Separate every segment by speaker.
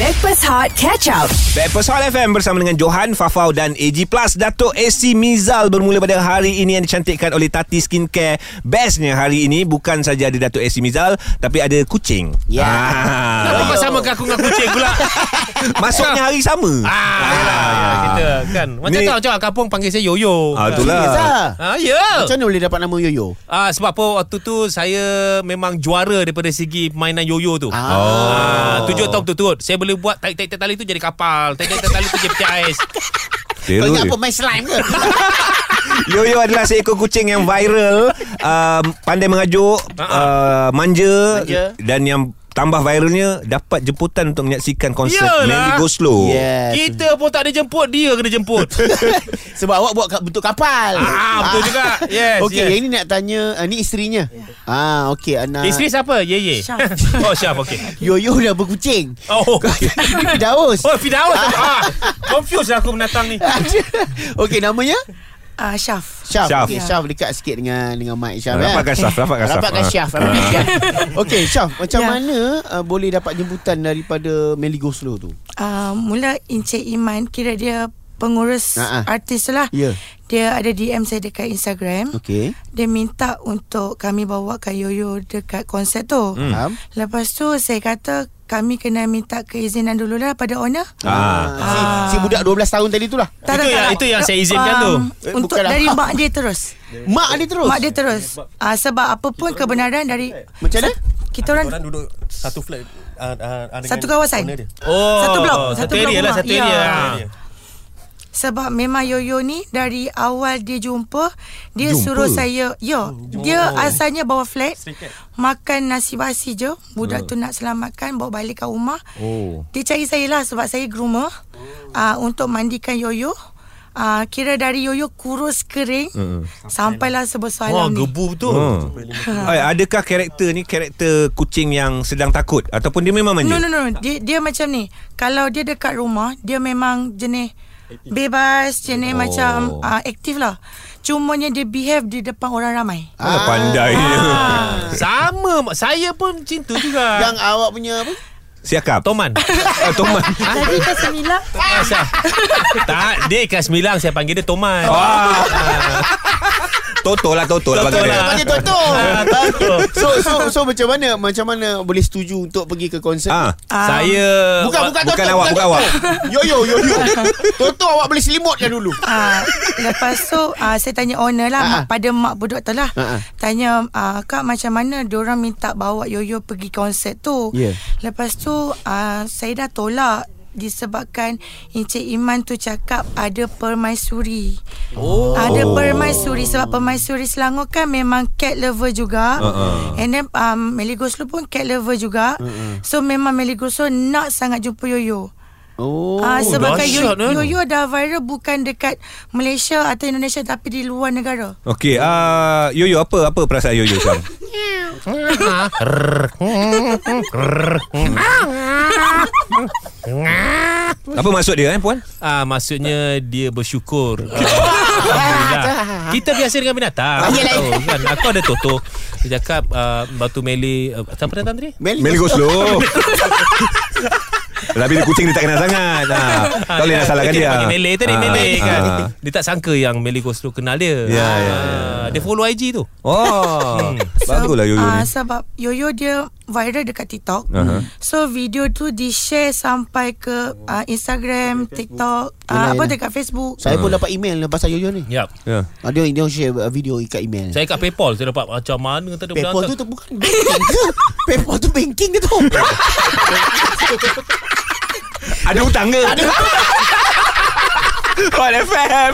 Speaker 1: Backpass Hot Catch Up.
Speaker 2: Backpast Hot FM bersama dengan Johan, Fafau dan AG Plus. Datuk AC Mizal bermula pada hari ini yang dicantikkan oleh Tati Skincare. Bestnya hari ini bukan saja ada Datuk AC Mizal tapi ada kucing.
Speaker 3: Ya.
Speaker 2: Ah.
Speaker 4: Kau sama ke aku dengan kucing pula
Speaker 2: Masuknya hari sama.
Speaker 4: Ah, yalah, yalah,
Speaker 3: ya,
Speaker 4: kita kan. Macam
Speaker 2: Ni-
Speaker 4: tahu cakap kampung panggil saya Yoyo.
Speaker 2: Ah, Eh, itulah.
Speaker 3: Zah,
Speaker 4: Ah, ya.
Speaker 3: macam mana boleh dapat nama Yoyo?
Speaker 4: Ah, sebab apa waktu tu saya memang juara daripada segi mainan yoyo tu. Ah. tujuh tahun berturut-turut. Saya boleh buat tarik-tarik tali tu jadi kapal. Tarik-tarik tali tu jadi peti ais.
Speaker 3: Kau
Speaker 2: Teruk
Speaker 3: ingat
Speaker 2: je.
Speaker 3: apa main slime ke?
Speaker 2: Yoyo adalah seekor kucing yang viral, um, pandai mengajuk, uh, manja,
Speaker 3: Manja.
Speaker 2: dan yang tambah viralnya dapat jemputan untuk menyaksikan konsert
Speaker 4: Yalah.
Speaker 2: Melly Go Slow.
Speaker 3: Yes.
Speaker 4: Kita pun tak dijemput, dia kena jemput.
Speaker 3: Sebab awak buat ka- bentuk kapal.
Speaker 4: ah, betul juga. Yes,
Speaker 3: Okey,
Speaker 4: yes. Ya.
Speaker 3: yang ini nak tanya uh, ni isterinya. Ah, okey anak.
Speaker 4: Isteri siapa? Ye ye.
Speaker 1: Syaf.
Speaker 4: oh, Syaf. Okey.
Speaker 3: Yoyo dah berkucing.
Speaker 4: Oh.
Speaker 3: Daus.
Speaker 4: Oh, Fidaus. ah, confused lah aku menatang ni.
Speaker 3: Okey, namanya?
Speaker 1: Ah, Syaf.
Speaker 2: Syaf.
Speaker 3: Syaf. Syaf. Okay,
Speaker 1: Ya.
Speaker 3: Syaf dekat sikit dengan dengan Mike Syaf.
Speaker 2: Ah,
Speaker 3: eh.
Speaker 2: Rapatkan Syaf, rapatkan Syaf.
Speaker 3: Rapatkan
Speaker 2: Ah.
Speaker 3: Syaf. Rapatkan Syaf. Okey, Syaf, macam
Speaker 1: Ya.
Speaker 3: mana uh, boleh dapat jemputan daripada Melly Goslow tu?
Speaker 1: Uh, mula Encik Iman kira dia pengurus
Speaker 3: Ha, ha.
Speaker 1: artis tu lah.
Speaker 3: Ya. Hmm.
Speaker 1: Dia ada DM saya dekat Instagram.
Speaker 3: Okey.
Speaker 1: Dia minta untuk kami bawakan Yoyo dekat konsert tu.
Speaker 2: Hmm.
Speaker 3: Faham?
Speaker 1: Lepas tu saya kata kami kena minta keizinan dululah pada owner.
Speaker 2: Ah.
Speaker 3: Ah, Si, si budak 12 tahun tadi tu lah.
Speaker 4: Itu yang- itu yang saya izinkan tu.
Speaker 3: Eh,
Speaker 1: Um, Untuk
Speaker 3: bukanlah.
Speaker 1: dari mak dia terus.
Speaker 3: Mak dia terus.
Speaker 1: Mak dia terus. Ah, sebab apa pun kebenaran dari
Speaker 3: Macam mana?
Speaker 1: kita orang
Speaker 5: Korang duduk satu flat uh, uh, dengan
Speaker 1: Satu kawasan?
Speaker 5: owner dia.
Speaker 4: Oh,
Speaker 1: Satu blok, satu
Speaker 4: Satu,
Speaker 1: blok
Speaker 4: area lah,
Speaker 1: rumah.
Speaker 4: satu
Speaker 1: Ya.
Speaker 4: area.
Speaker 5: Dia.
Speaker 1: Sebab memang Yoyo ni dari awal dia jumpa, dia jumpa. suruh saya,
Speaker 4: Oh.
Speaker 1: yo, dia asalnya bawa flat, makan nasi basi
Speaker 4: Ya.
Speaker 1: je, budak tu nak selamatkan bawa balik kat rumah.
Speaker 2: Oh.
Speaker 1: Dia cari saya lah sebab saya groomer uh, untuk mandikan Yoyo. Uh, kira dari Yoyo kurus kering
Speaker 2: Uh-uh.
Speaker 1: mm. sampailah sebesar
Speaker 4: Hmm. Wah,
Speaker 1: alam ni.
Speaker 4: gebu
Speaker 5: Oh,
Speaker 4: betul.
Speaker 2: Hmm. Ay, adakah karakter ni karakter kucing yang sedang takut ataupun dia memang manja?
Speaker 1: No no no, dia dia macam ni. Kalau dia dekat rumah, dia memang jenis bebas, jenis oh. macam uh, aktif lah. Cumanya dia behave di depan orang ramai.
Speaker 2: Alah, pandainya.
Speaker 1: Ah.
Speaker 4: Sama mak. Saya pun cinta juga
Speaker 3: Yang awak punya apa?
Speaker 2: Siakap.
Speaker 4: Toman
Speaker 2: Ah, Toman.
Speaker 1: Tadi kan Semila
Speaker 4: Asal Tak Dia kelas 9 Saya panggil dia Toman Wah
Speaker 2: Wah. Toto lah Toto lah bagi
Speaker 3: Toto
Speaker 2: dia.
Speaker 3: lah, panggil Toto.
Speaker 4: Ah, Toto.
Speaker 3: so, so, so macam mana? Macam mana boleh setuju untuk pergi ke konsert?
Speaker 2: Ah,
Speaker 4: Saya
Speaker 3: Bukan, bukan,
Speaker 2: bukan
Speaker 3: Toto,
Speaker 2: awak, bukan awak.
Speaker 3: Yo, yo, yo, yo. Toto awak beli selimut kan dulu.
Speaker 1: Ah, lepas tu ah, saya tanya owner lah
Speaker 3: Ah,
Speaker 1: mak,
Speaker 3: ah.
Speaker 1: pada mak budak tu lah.
Speaker 3: Ah, ah.
Speaker 1: Tanya ah, kak macam mana diorang minta bawa Yoyo pergi konsert tu.
Speaker 3: Ya.
Speaker 1: Lepas tu ah, saya dah tolak disebabkan Encik Iman tu cakap ada permaisuri. Oh. Ada permaisuri sebab permaisuri Selangor kan memang cat lover juga. Uh-uh. And then um, Melly Goslow pun cat lover juga. Uh-uh. So memang Melly Goslow nak sangat jumpa Yoyo.
Speaker 3: Oh.
Speaker 4: Oh,
Speaker 1: Ah sebabkan Yo-
Speaker 4: dahsyat, eh?
Speaker 1: Yoyo dah viral bukan dekat Malaysia atau Indonesia tapi di luar negara.
Speaker 2: Okey, ah Yoyo apa apa perasaan Yoyo sekarang? apa maksud dia eh puan?
Speaker 4: ah, Maksudnya Dia bersyukur Ah, Alhamdulillah
Speaker 2: Ah.
Speaker 4: Kita biasa dengan binatang Tahu kan? Aku ada Toto Dia cakap ah, Batu Mele uh, Apa datang tadi?
Speaker 2: Meli go slow. Tapi dia kucing dia tak kenal sangat. Ha. Tak boleh nak salahkan dia.
Speaker 4: Ah, Dia panggil Mele tadi
Speaker 2: Ah,
Speaker 4: Mele kan
Speaker 2: ah.
Speaker 4: Dia tak sangka yang Mele Goslow kenal dia
Speaker 2: Ya, ya,
Speaker 4: Ah, Dia follow IG tu Hmm.
Speaker 2: Oh. Baguslah Yoyo
Speaker 1: ah,
Speaker 2: ni.
Speaker 1: sebab Yoyo dia viral dekat TikTok.
Speaker 2: Aha.
Speaker 1: So video tu di-share sampai ke ah, Instagram, TikTok,
Speaker 3: Yelah,
Speaker 1: ah,
Speaker 3: yelah.
Speaker 1: apa dekat Facebook.
Speaker 3: Saya pun dapat email lah pasal Yoyo ni.
Speaker 4: Yap
Speaker 2: Ya.
Speaker 3: Ah, dia, dia share video kat email.
Speaker 4: Saya kat Paypal Saya dapat macam mana tak ada
Speaker 3: PayPal
Speaker 4: berantak.
Speaker 3: tu, tu bukan banking ke? PayPal tu banking ke tu?
Speaker 2: Ada hutang ke? Ada. Hot FM.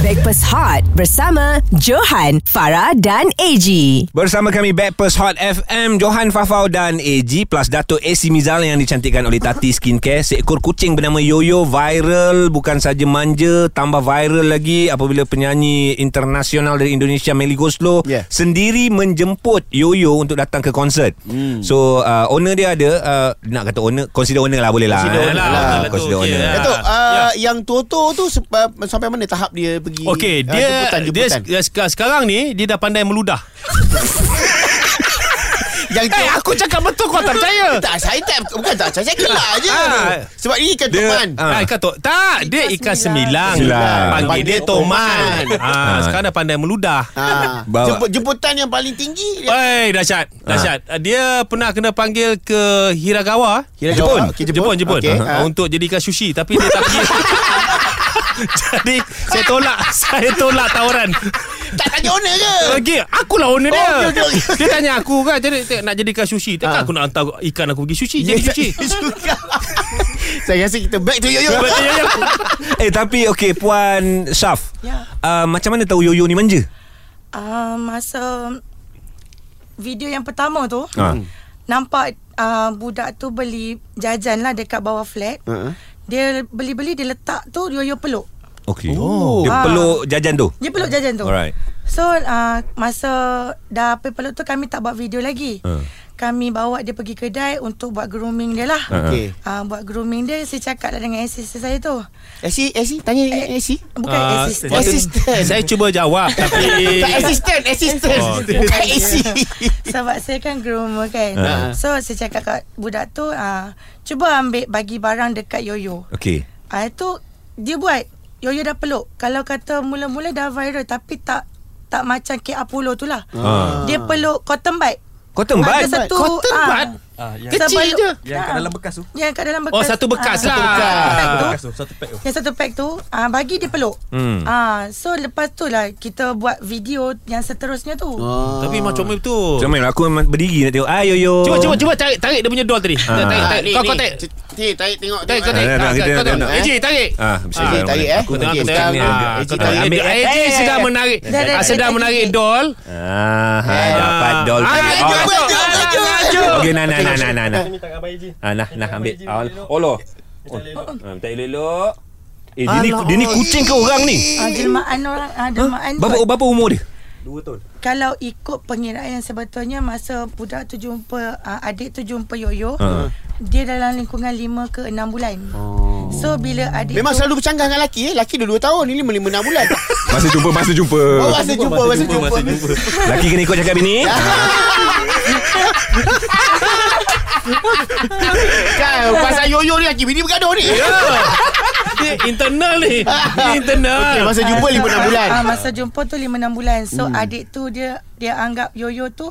Speaker 6: Breakfast Hot bersama Johan, Farah dan AG.
Speaker 2: Bersama kami Backpast Hot FM Johan Fafau dan AG Plus Datuk AC Mizal Yang dicantikkan oleh Tati Skincare Seekor kucing bernama Yoyo Viral Bukan saja manja Tambah viral lagi Apabila penyanyi internasional dari Indonesia Melly Goslow
Speaker 3: Yeah.
Speaker 2: Sendiri menjemput Yoyo Untuk datang ke konsert
Speaker 3: Hmm.
Speaker 2: So uh, owner dia ada uh, Nak kata owner Consider owner lah boleh lah
Speaker 3: Consider
Speaker 2: eh.
Speaker 3: owner
Speaker 2: Ah,
Speaker 3: lah,
Speaker 4: owner tu,
Speaker 2: Consider
Speaker 4: okey
Speaker 2: owner
Speaker 4: lah.
Speaker 3: Datuk,
Speaker 4: Ah,
Speaker 3: uh, yang Toto tu sepa- sampai mana tahap dia pergi?
Speaker 4: Okey,
Speaker 3: ah,
Speaker 4: dia eh,
Speaker 3: jemputan, jemputan.
Speaker 4: dia sek- sekarang ni dia dah pandai meludah.
Speaker 3: Yang eh, aku cakap betul kau tak percaya. tak, saya tak bukan tak percaya. Saya gelak je.
Speaker 4: Ah.
Speaker 3: Sebab ini ikan
Speaker 2: Dia-
Speaker 3: teman.
Speaker 2: Ah.
Speaker 4: Ah. Ikan to- tak, dia ikan
Speaker 1: Ikan
Speaker 4: sembilang.
Speaker 2: sembilang. Sembilang.
Speaker 4: Panggil dia
Speaker 3: Panggil
Speaker 4: toman.
Speaker 3: toman.
Speaker 4: Ah, sekarang dah pandai meludah.
Speaker 3: Ah.
Speaker 2: Bawa.
Speaker 3: Jemput, jemputan yang paling tinggi
Speaker 4: Oi, dahsyat.
Speaker 3: Ah.
Speaker 4: Dahsyat. Ah, Dia pernah kena panggil ke Hiragawa.
Speaker 3: Hiragawa. Okey,
Speaker 4: Jepun,
Speaker 3: Jepun.
Speaker 4: Jepun.
Speaker 3: Okey,
Speaker 4: Ah,
Speaker 3: ah.
Speaker 4: Untuk jadikan sushi tapi dia tak pergi. Jadi saya tolak Saya tolak tawaran
Speaker 3: Tak tanya owner ke
Speaker 4: Okey Akulah owner dia
Speaker 3: Oh, okey, okey, okey.
Speaker 4: Dia tanya aku kan Jadi tengok nak jadikan sushi Takkan
Speaker 3: Ah.
Speaker 4: aku nak hantar ikan aku pergi sushi Jadi sushi
Speaker 3: Suka. Saya rasa kita back to Yoyo
Speaker 2: Eh tapi okey Puan Syaf.
Speaker 1: Ya.
Speaker 2: Uh, macam mana tahu Yoyo ni manja?
Speaker 1: Uh, masa video yang pertama tu,
Speaker 3: Ah.
Speaker 2: Ha.
Speaker 1: nampak uh, budak tu beli jajan lah dekat bawah flat.
Speaker 3: Ha.
Speaker 1: Dia beli-beli dia letak tu yoyo peluk.
Speaker 2: Okey. Oh. Dia
Speaker 1: Ah.
Speaker 2: peluk jajan tu.
Speaker 1: Dia peluk jajan tu.
Speaker 2: Alright.
Speaker 1: So uh, masa dah apa peluk tu kami tak buat video lagi.
Speaker 4: Uh.
Speaker 2: Ah.
Speaker 1: Kami bawa dia pergi kedai untuk buat grooming dia lah.
Speaker 4: Uh-huh.
Speaker 2: Ah.
Speaker 3: Okay
Speaker 1: Uh, buat grooming dia saya cakap lah dengan assistant saya tu.
Speaker 3: Esi, Esi, tanya Esi
Speaker 1: Bukan
Speaker 4: Ah,
Speaker 1: Kan assistant.
Speaker 4: waktu-
Speaker 3: Assistant.
Speaker 4: Saya cuba jawab Tapi
Speaker 3: Tak assistant, assistant
Speaker 4: Oh, okey.
Speaker 3: Bukan Esi
Speaker 1: Sebab saya kan groomer kan
Speaker 4: Uh-huh.
Speaker 3: Ha.
Speaker 1: So saya cakap kat budak tu uh, Cuba ambil bagi barang dekat Yoyo
Speaker 2: Okey.
Speaker 1: Ah uh, Itu dia buat Yoyo dah peluk Kalau kata mula-mula dah viral Tapi tak tak macam KR Polo tu lah
Speaker 2: Ah.
Speaker 1: Dia peluk cotton bud
Speaker 2: Kau tembat.
Speaker 1: Ada satu
Speaker 3: Cotton
Speaker 1: ah,
Speaker 3: bud?
Speaker 5: Ah, yang,
Speaker 1: Kecil
Speaker 3: Sebelum-
Speaker 1: je
Speaker 5: yang kat dalam bekas tu.
Speaker 1: Yang kat dalam bekas
Speaker 4: Oh, satu bekas
Speaker 1: Ah,
Speaker 4: lah.
Speaker 1: Satu bekas
Speaker 5: Bekas
Speaker 1: tu
Speaker 5: tu satu pack tu.
Speaker 1: yang satu pack tu ah bagi dia peluk.
Speaker 2: Hmm.
Speaker 1: Ah so lepas tu lah kita buat video yang seterusnya tu.
Speaker 4: Tapi macam mana betul
Speaker 2: Macam mana aku memang berdiri nak tengok. Ah Yoyo.
Speaker 4: Cuba Ah. cuba cuba tarik tarik dia punya doll tadi. Tarik tarik.
Speaker 3: Ah,
Speaker 4: tarik. Kau kau tarik.
Speaker 3: Tarik, tarik, tengok
Speaker 4: Tarik kau
Speaker 2: Ah,
Speaker 4: tarik.
Speaker 2: dah, dah,
Speaker 4: Ah,
Speaker 2: kita
Speaker 4: Kau
Speaker 2: dah nak.
Speaker 3: Eh,
Speaker 4: tarik. Eji tarik.
Speaker 2: Ah,
Speaker 4: Ah,
Speaker 2: bismillah.
Speaker 3: tarik, eh.
Speaker 2: Aku
Speaker 4: Kau tengok
Speaker 2: tengok
Speaker 3: Okey,
Speaker 4: aku
Speaker 2: aku
Speaker 4: tengok.
Speaker 3: sekarang,
Speaker 4: Ah,
Speaker 3: Eji
Speaker 4: Kau tarik.
Speaker 3: tarik.
Speaker 4: Ambil
Speaker 2: Ambil-
Speaker 4: Eji
Speaker 3: eh,
Speaker 4: sedang
Speaker 3: eh.
Speaker 4: menarik.
Speaker 1: Dah, dah,
Speaker 4: Ah,
Speaker 1: dah,
Speaker 4: Sedang
Speaker 1: tarik,
Speaker 4: menarik
Speaker 1: tarik.
Speaker 4: doll.
Speaker 2: Ah, ha, dapat doll.
Speaker 4: Ah,
Speaker 2: Oh.
Speaker 4: jom, jom, jom,
Speaker 3: Tarik,
Speaker 4: jom, jom.
Speaker 2: Okey, nah, nah, nah, nah, nah, nah.
Speaker 5: Ini tangan Abang Eji.
Speaker 2: Ah, nah, nah, ambil. Ah, Olo. Ah, tak elok. Eh, dia ni,
Speaker 4: Alah,
Speaker 2: dia ni kucing ke orang ni?
Speaker 1: Ah jelmaan orang ah jelmaan.
Speaker 2: Berapa,
Speaker 1: kot.
Speaker 2: berapa umur dia?
Speaker 1: kalau ikut pengiraan sebetulnya masa budak tu jumpa uh, adik tu jumpa Yoyo
Speaker 2: Ha.
Speaker 1: dia dalam lingkungan 5 ke 6 bulan. Oh. So bila adik
Speaker 3: Memang
Speaker 1: tu,
Speaker 3: selalu bercanggah dengan lelaki eh. Lelaki dah 2 tahun Ini 5 6 bulan
Speaker 2: Masa jumpa, masa jumpa.
Speaker 3: Oh masa jumpa Masa jumpa
Speaker 2: Laki kena ikut cakap bini.
Speaker 3: Kan Pasal yoyo ni lelaki Bini bergaduh ni
Speaker 4: Ni internal ni. Ni internal.
Speaker 3: Ah. Okey, Masa jumpa 5 6 bulan
Speaker 1: Ah, masa jumpa tu 5 6 bulan. So hmm. adik tu dia dia anggap Yoyo tu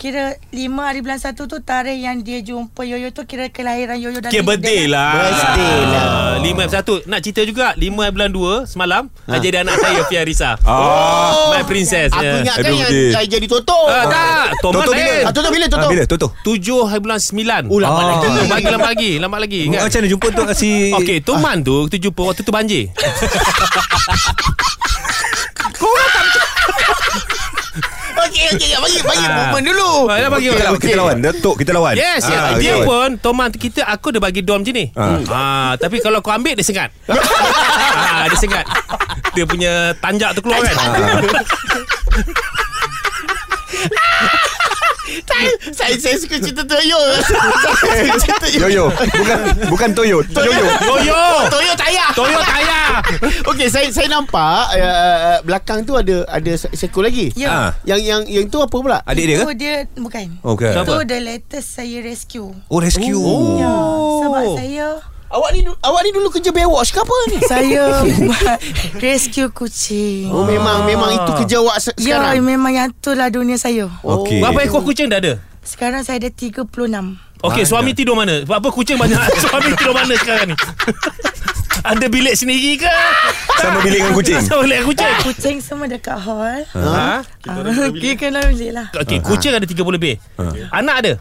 Speaker 1: kira 5 hari bulan 1 tu tarikh yang dia jumpa Yoyo tu kira kelahiran Yoyo dan
Speaker 4: Okay, birthday lah.
Speaker 3: Birthday lah.
Speaker 4: Ah, Lima F1. Nak cerita juga, lima bulan dua semalam, ha. jadi anak saya, Fia Risa.
Speaker 2: Ah.
Speaker 4: My princess.
Speaker 3: Aku
Speaker 4: ya.
Speaker 3: ingatkan
Speaker 2: Aduh,
Speaker 3: yang
Speaker 2: betul.
Speaker 3: yang Jadi Toto
Speaker 4: Ah, tak. Thomas
Speaker 2: Toto bila?
Speaker 4: lain.
Speaker 3: Ah, Toto bila
Speaker 2: Ah,
Speaker 3: Toto
Speaker 2: bila? Toto.
Speaker 4: Tujuh hari bulan sembilan.
Speaker 3: Oh, lama lagi.
Speaker 4: Lambat lagi, lambat lagi. Lambat lagi. ingat?
Speaker 2: Macam mana jumpa tu kat si...
Speaker 4: Okey, tu man tu kita jumpa waktu tu banjir.
Speaker 3: Okey okey Bagi bagi moment dulu
Speaker 4: Dah bagi
Speaker 2: Kita,
Speaker 4: orang.
Speaker 2: lawan, kita lawan. Datuk kita lawan.
Speaker 4: Yes,
Speaker 2: Ah,
Speaker 4: ah,
Speaker 2: kita
Speaker 4: dia
Speaker 2: lawan.
Speaker 4: pun Toman tu kita aku dah bagi dom je ni.
Speaker 2: Ah.
Speaker 4: Ah. tapi kalau kau ambil dia sengat. ah, dia sengat. Dia punya tanjak tu keluar kan.
Speaker 2: Ah.
Speaker 3: Saya- Saya saya suka cerita Toyo Saya suka cerita
Speaker 2: Yoyo. Bukan bukan Toyo. Yoyo.
Speaker 4: Yoyo.
Speaker 3: Oh, Toyo tayar
Speaker 4: Toyo tayar.
Speaker 3: Okey saya saya nampak uh, belakang tu ada ada se- seekor lagi.
Speaker 1: Ya.
Speaker 2: Ah,
Speaker 3: Yang yang yang tu apa pula?
Speaker 2: Adik dia
Speaker 1: Dia
Speaker 2: ke?
Speaker 1: tu dia bukan.
Speaker 2: Oh, bukan.
Speaker 1: Tu the latest saya rescue.
Speaker 2: Oh, rescue.
Speaker 1: Ya, sebab saya
Speaker 3: Awak ni du- awak ni dulu kerja Baywatch ke apa ni?
Speaker 1: saya buat rescue kucing.
Speaker 3: Oh memang memang itu kerja awak se-
Speaker 1: Ya,
Speaker 3: sekarang. Oh.
Speaker 1: memang yang tu lah dunia saya.
Speaker 2: Okey.
Speaker 4: Berapa ekor kucing dah ada?
Speaker 1: Sekarang saya ada 36.
Speaker 4: Okey, suami tidur mana? Sebab apa kucing banyak? suami tidur mana sekarang ni? ada bilik sendiri ke?
Speaker 2: Sama bilik dengan kucing.
Speaker 4: Sama bilik kucing.
Speaker 1: Eh, Kucing semua dekat hall.
Speaker 4: Ha?
Speaker 1: Ah, Kita kena bilik lah.
Speaker 4: Okey, kucing ada 30 lebih.
Speaker 2: Ah.
Speaker 4: Anak ada?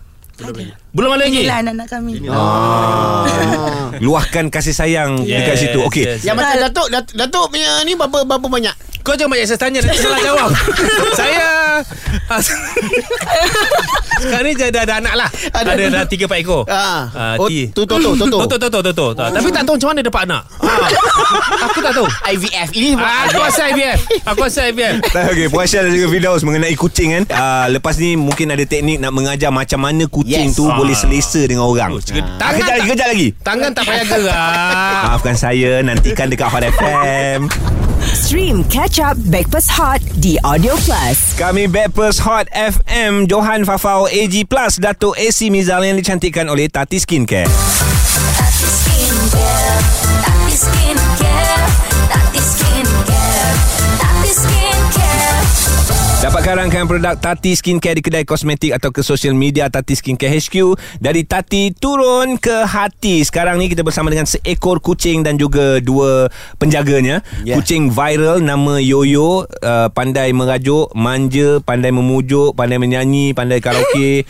Speaker 4: Belum ada lagi.
Speaker 1: Inilah lah anak-anak kami. Ah,
Speaker 3: lah.
Speaker 2: Luahkan kasih sayang
Speaker 4: Yes,
Speaker 2: dekat situ. Okey.
Speaker 4: yes.
Speaker 3: Yang macam Datuk Datuk, Datuk punya ni berapa berapa banyak?
Speaker 4: Kau jangan banyak saya tanya Nanti salah jawab Saya ah, Sekarang ni dah, dah ada anak lah Ada,
Speaker 3: Ada-
Speaker 4: ada dah tiga empat ekor
Speaker 3: Ah. Oh,
Speaker 4: ti-
Speaker 3: tu- toto, toto.
Speaker 4: Toto toto toto Tak, Tapi tak tahu macam mana dapat anak Ah, Aku tak tahu
Speaker 3: IVF ini
Speaker 4: Ah, Aku rasa IVF Aku rasa IVF
Speaker 2: Tak okey Puan Syah dan juga Firdaus Mengenai kucing kan uh, Lepas ni mungkin ada teknik Nak mengajar macam mana Kucing yes.
Speaker 3: Yes.
Speaker 2: tu
Speaker 4: Ah.
Speaker 2: Boleh selesa dengan orang
Speaker 4: Oh, cakap-
Speaker 2: Ah,
Speaker 4: Tangan
Speaker 2: Kejap lagi
Speaker 4: tak-
Speaker 2: Kejap lagi
Speaker 4: Tangan tak payah gerak
Speaker 2: Maafkan saya Nantikan dekat Hot FM
Speaker 6: Stream Catch Up Backpass Hot di Audio Plus.
Speaker 2: Kami Backpers Hot FM Johan Fafau AG Plus Dato' AC Mizal yang dicantikkan oleh Tati Skincare
Speaker 7: Tati Skincare, Tati Skincare, Tati Skincare, Tati Skincare.
Speaker 2: Dapat karangkan produk Tati Skincare di kedai kosmetik atau ke social media Tati Skincare HQ dari Tati turun ke hati. Sekarang ni kita bersama dengan seekor kucing dan juga dua penjaganya.
Speaker 5: Ya.
Speaker 2: Yeah. Kucing viral nama Yoyo, uh, pandai merajuk, manja, pandai memujuk, pandai menyanyi, pandai karaoke.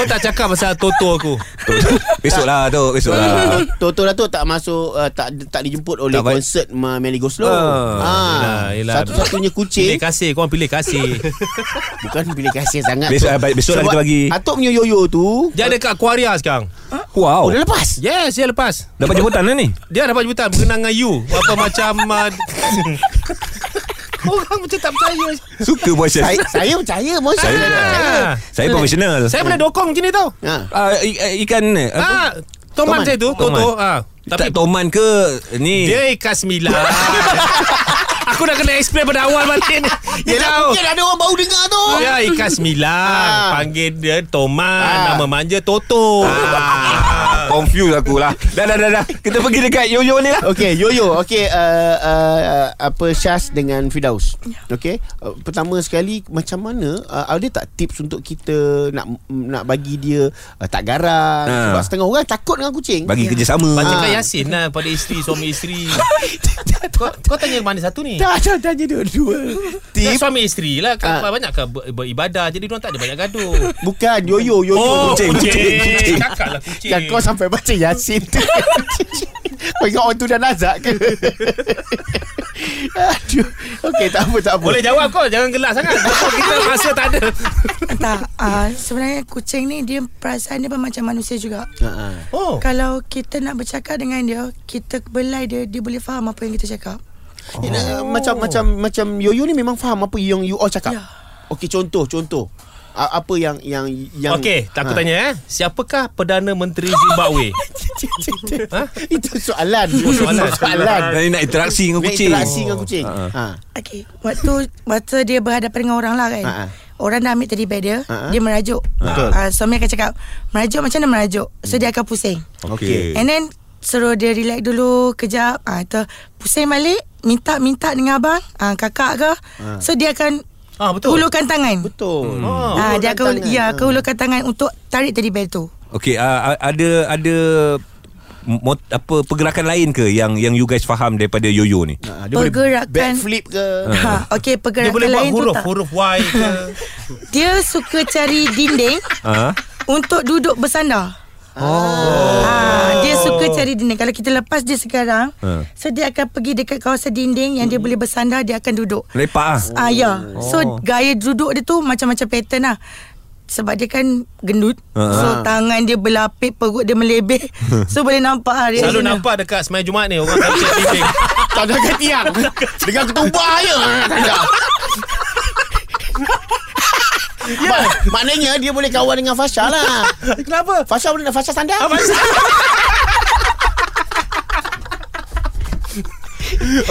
Speaker 4: Kau tak cakap pasal Toto aku
Speaker 2: besoklah tu, besoklah.
Speaker 3: Toto Datuk tak masuk uh, tak tak dijemput oleh
Speaker 2: Tak
Speaker 3: tak
Speaker 2: baik.
Speaker 3: konsert Ma Melly Goslow.
Speaker 2: Ah,
Speaker 3: ha.
Speaker 4: yelah, yelah.
Speaker 3: Satu-satunya kucing
Speaker 4: Pilih kasih Korang pilih kasih
Speaker 3: bukan pilih kasih sangat.
Speaker 2: Besok-
Speaker 3: Tok.
Speaker 2: besok lah
Speaker 3: Sebab
Speaker 2: kita bagi. Ya.
Speaker 3: Atuk punya yoyo tu
Speaker 4: Dia ada kat Aquaria sekarang
Speaker 3: oh,
Speaker 2: Wow.
Speaker 3: dah lepas.
Speaker 2: Ya.
Speaker 4: Yes dia lepas
Speaker 2: Dapat jemputan lah ni.
Speaker 4: Dia dapat jemputan Berkenaan dengan you Apa macam uh, Orang macam tak percaya
Speaker 2: Suka buat
Speaker 3: Saya,
Speaker 2: saya.
Speaker 3: saya percaya bos. Saya percaya.
Speaker 4: ah,
Speaker 2: Saya profesional.
Speaker 4: Saya pernah dokong macam ni tau
Speaker 3: Ha.
Speaker 2: uh, ikan ni. Apa?
Speaker 4: ah, Toman,
Speaker 3: Toman.
Speaker 4: saya tu Toto
Speaker 2: Toman.
Speaker 4: ah.
Speaker 2: Tapi
Speaker 4: Tapi
Speaker 2: tak toman ke ni?
Speaker 4: Dia ikan sembilan Aku dah kena explain pada awal balik ni
Speaker 2: Ya,
Speaker 3: Yelah
Speaker 4: Dia tahu
Speaker 3: mungkin ada orang baru dengar tu.
Speaker 4: Ya ikan sembilan
Speaker 3: Ah.
Speaker 4: Panggil dia Toman
Speaker 3: Ah.
Speaker 4: Nama manja Toto ah.
Speaker 2: Ah, confuse aku lah. Dah, dah, dah, dah. Kita pergi dekat Yoyo ni lah.
Speaker 3: Okey, Yoyo. Okey, uh, uh, uh, apa Syaz dengan Fidaus. Okey. Uh, pertama sekali macam mana uh, ada tak tips untuk kita nak nak bagi dia uh, tak garang
Speaker 2: Ha.
Speaker 3: sebab setengah orang takut dengan kucing.
Speaker 2: Bagi yeah. kerjasama.
Speaker 4: Macam
Speaker 3: Ah.
Speaker 4: kat Yasin lah Pada isteri Suami isteri kau, kau tanya mana satu ni
Speaker 3: Dah, dah tanya dua-dua.
Speaker 4: Tip. Suami isteri lah kan,
Speaker 3: Ah.
Speaker 4: Banyak kan ber- beribadah Jadi diorang tak ada banyak gaduh Oh,
Speaker 3: Bukan yoyo yoyo.
Speaker 2: Oh, kucing, kucing, kucing.
Speaker 4: Cakap lah kucing
Speaker 3: Yang kau sampai baca Yasin tu. kau ingat orang tu dah nazak ke? Aduh. Okey, tak apa, tak apa.
Speaker 4: Boleh jawab kau Jangan gelak sangat Kau Kita masa tak ada
Speaker 1: Tak uh, Sebenarnya kucing ni Dia perasaan dia pun macam manusia juga
Speaker 3: Ha, ha.
Speaker 4: Oh
Speaker 1: Kalau kita nak bercakap dengan dia Kita belai dia Dia boleh faham apa yang kita cakap
Speaker 3: Eh, nak- Macam macam macam Yoyo ni memang faham apa yang you all cakap.
Speaker 1: Ya.
Speaker 3: Okey contoh contoh. A- apa yang yang yang
Speaker 4: Okey tak Aku tanya eh Siapakah Perdana Menteri Zimbabwe
Speaker 3: ha? Itu soalan.
Speaker 4: soalan.
Speaker 3: soalan.
Speaker 2: Tadi nak interaksi dengan
Speaker 3: Nak
Speaker 2: kucing.
Speaker 3: Interaksi dengan kucing.
Speaker 2: Ha, ha.
Speaker 3: Ha.
Speaker 1: Okay Waktu Waktu dia berhadapan dengan orang lah kan
Speaker 3: Ha, ha.
Speaker 1: Orang dah ambil teddy bear dia
Speaker 3: Ha, ha.
Speaker 1: Dia merajuk
Speaker 3: Betul.
Speaker 1: uh, Suami akan cakap Merajuk macam mana merajuk So dia akan pusing
Speaker 3: Okey.
Speaker 1: And then Suruh dia relax dulu Kejap ah, tu, Pusing balik Minta-minta dengan abang ah, Kakak ke So dia akan
Speaker 4: Ah betul
Speaker 1: Hulurkan tangan
Speaker 3: Betul.
Speaker 4: Oh.
Speaker 1: Ah, dia akan
Speaker 3: tangan.
Speaker 1: ya,
Speaker 3: Ha.
Speaker 1: akan hulurkan tangan untuk tarik teddy bear tu.
Speaker 2: Okey, uh, ada ada mot, apa pergerakan lain ke yang yang you guys faham daripada Yoyo ni?
Speaker 3: Ha, dia boleh
Speaker 1: Pergerakan-
Speaker 3: backflip ke?
Speaker 1: Ha, okey
Speaker 4: Dia
Speaker 1: pergerakan
Speaker 4: boleh buat
Speaker 1: lain tu
Speaker 4: huruf
Speaker 1: tak.
Speaker 4: Huruf Y ke
Speaker 1: Dia suka cari dinding
Speaker 4: Ah.
Speaker 2: Ha?
Speaker 1: untuk duduk bersandar. Oh. Ha, dia suka cari dinding. Kalau kita lepas dia sekarang,
Speaker 2: Ha.
Speaker 1: so dia akan pergi dekat kawasan dinding yang dia boleh bersandar, dia akan duduk.
Speaker 2: Lepak ah.
Speaker 1: Ah ya. So gaya duduk dia tu macam-macam pattern lah. Sebab dia kan gendut.
Speaker 2: Ha.
Speaker 1: So tangan dia berlapik, perut dia melebih. so boleh nampak ah dia.
Speaker 4: Selalu
Speaker 1: macam mana.
Speaker 4: nampak dekat Semai Jumaat ni Orang kata dinding
Speaker 3: Tak ada kat tiang. Dengan ketumpah je. Tak ada.
Speaker 4: Ya.
Speaker 3: Mak- Maknanya dia boleh kawan dengan Fasha lah.
Speaker 4: Kenapa?
Speaker 3: Fasha boleh Fasha sandal.
Speaker 4: Ah,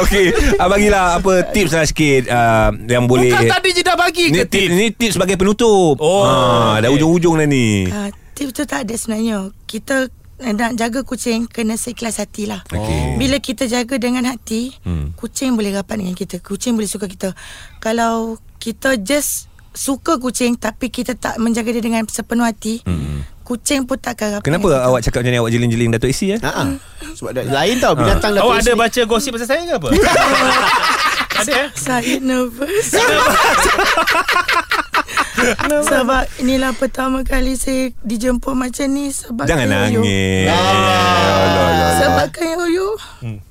Speaker 2: Okey, ah, bagilah apa tips lah sikit uh, yang boleh
Speaker 4: Bukan tadi je dah bagi
Speaker 2: Ni
Speaker 4: ke
Speaker 2: tips,
Speaker 4: tip
Speaker 2: ni tips sebagai penutup.
Speaker 4: Oh,
Speaker 2: Ah, dah
Speaker 4: okey. Ah.
Speaker 2: ujung-ujung dah ni.
Speaker 1: Uh, tips tu tak ada sebenarnya. Kita eh, nak jaga kucing kena seikhlas hati lah.
Speaker 2: Okey.
Speaker 1: Bila kita jaga dengan hati,
Speaker 2: Hmm.
Speaker 1: hmm. kucing boleh rapat dengan kita. Kucing boleh suka kita. Kalau kita just suka kucing tapi kita tak menjaga dia dengan sepenuh hati,
Speaker 2: Hmm.
Speaker 1: kucing pun tak akan rapat.
Speaker 2: Kenapa
Speaker 1: dengan kita.
Speaker 2: awak cakap macam ni awak jeling-jeling Dato' AC eh?
Speaker 3: Ha, ha. Sebab dah, lain tau binatang dah
Speaker 4: Awak Ah. Oh, ada
Speaker 3: tulis-
Speaker 4: baca gosip pasal saya ke apa? Ada eh?
Speaker 1: Saya nervous Sebab inilah pertama kali saya dijemput macam ni Sebab
Speaker 2: Jangan
Speaker 1: saya Oyo.
Speaker 2: nangis.
Speaker 3: Ah.
Speaker 1: Sebab kan Oyo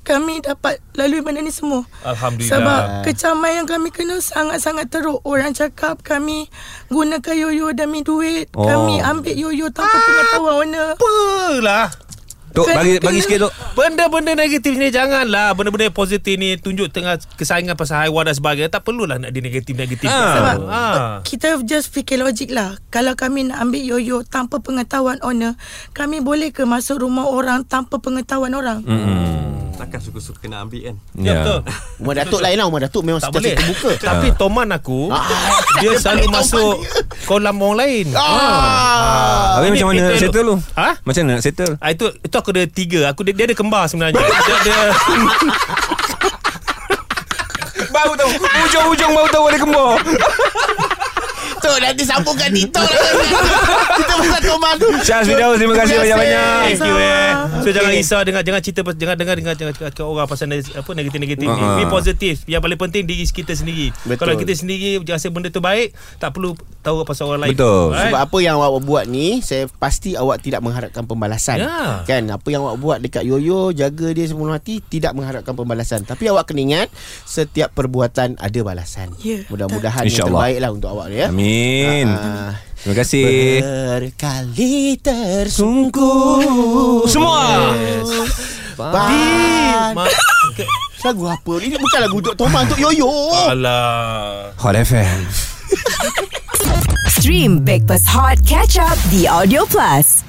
Speaker 1: Kami dapat lalui benda ni semua
Speaker 4: Hmm. Alhamdulillah
Speaker 1: Sebab kecaman yang kami kena sangat-sangat teruk Orang cakap kami gunakan yoyo demi duit
Speaker 2: Oh.
Speaker 1: Kami ambil yoyo tanpa pengetahuan owner
Speaker 4: Apalah
Speaker 2: Tok
Speaker 1: Kena-
Speaker 2: bagi bagi
Speaker 1: kena-
Speaker 2: sikit Tok.
Speaker 4: Benda-benda negatif ni janganlah Benda-benda yang positif ni Tunjuk tengah kesaingan pasal haiwan dan sebagainya Tak perlulah nak di negatif-negatif
Speaker 2: Ah.
Speaker 1: Sebab
Speaker 4: ha.
Speaker 1: kita just fikir logik lah Kalau kami nak ambil yoyo tanpa pengetahuan owner Kami boleh ke masuk rumah orang tanpa pengetahuan orang? Mm.
Speaker 5: Takkan suka-suka nak ambil kan
Speaker 4: Ya betul
Speaker 3: Umar Datuk lain lah Umar Datuk memang
Speaker 4: Tak
Speaker 3: cerita
Speaker 4: boleh
Speaker 3: terbuka Ah.
Speaker 4: Tapi Toman aku Dia selalu masuk Kolam orang lain
Speaker 3: ah.
Speaker 2: Habis
Speaker 4: Ini
Speaker 2: macam mana
Speaker 4: kita
Speaker 2: nak
Speaker 4: elok.
Speaker 2: settle lu?
Speaker 4: Ha?
Speaker 2: Macam mana nak settle?
Speaker 4: Ah, itu itu aku ada tiga. Aku dia, dia ada kembar sebenarnya. Dia ada
Speaker 2: Baru tahu Ujung-ujung baru tahu ada kembar
Speaker 3: Tok nanti sambungkan TikTok lah Kita pasal Toman tu
Speaker 2: Syaz Fidaus Terima kasih
Speaker 3: Terima kasih.
Speaker 2: banyak-banyak
Speaker 4: Thank you eh. So
Speaker 3: Okay.
Speaker 4: jangan risau dengan jangan cerita pas- jangan dengar dengar jangan cakap kat orang pasal neg- apa negatif-negatif. ni.
Speaker 2: Uh-uh.
Speaker 4: Be positif. Yang paling penting diri kita sendiri.
Speaker 3: Ah. Betul.
Speaker 4: Kalau kita sendiri rasa benda tu baik, tak perlu tahu pasal orang lain.
Speaker 2: Betul.
Speaker 4: Alright?
Speaker 3: Sebab apa yang awak buat ni Saya pasti awak tidak mengharapkan pembalasan
Speaker 4: Ya.
Speaker 3: Kan Apa yang awak buat dekat Yoyo Jaga dia semua hati Tidak mengharapkan pembalasan Tapi awak kena ingat Setiap perbuatan ada balasan
Speaker 1: Ya,
Speaker 3: Mudah-mudahan yang
Speaker 2: InsyaAllah.
Speaker 3: terbaik lah untuk awak ni ya.
Speaker 2: Amin
Speaker 3: Ah.
Speaker 2: Terima kasih
Speaker 3: Berkali tersungkur
Speaker 2: Semua
Speaker 3: Pan
Speaker 4: Ma-
Speaker 3: Lagu apa ni? Ini bukan lagu untuk Thomas Untuk Yoyo
Speaker 2: Ah,
Speaker 4: Alah.
Speaker 2: Hot FM
Speaker 6: Stream Breakfast Hot Catch Up The Audio Plus.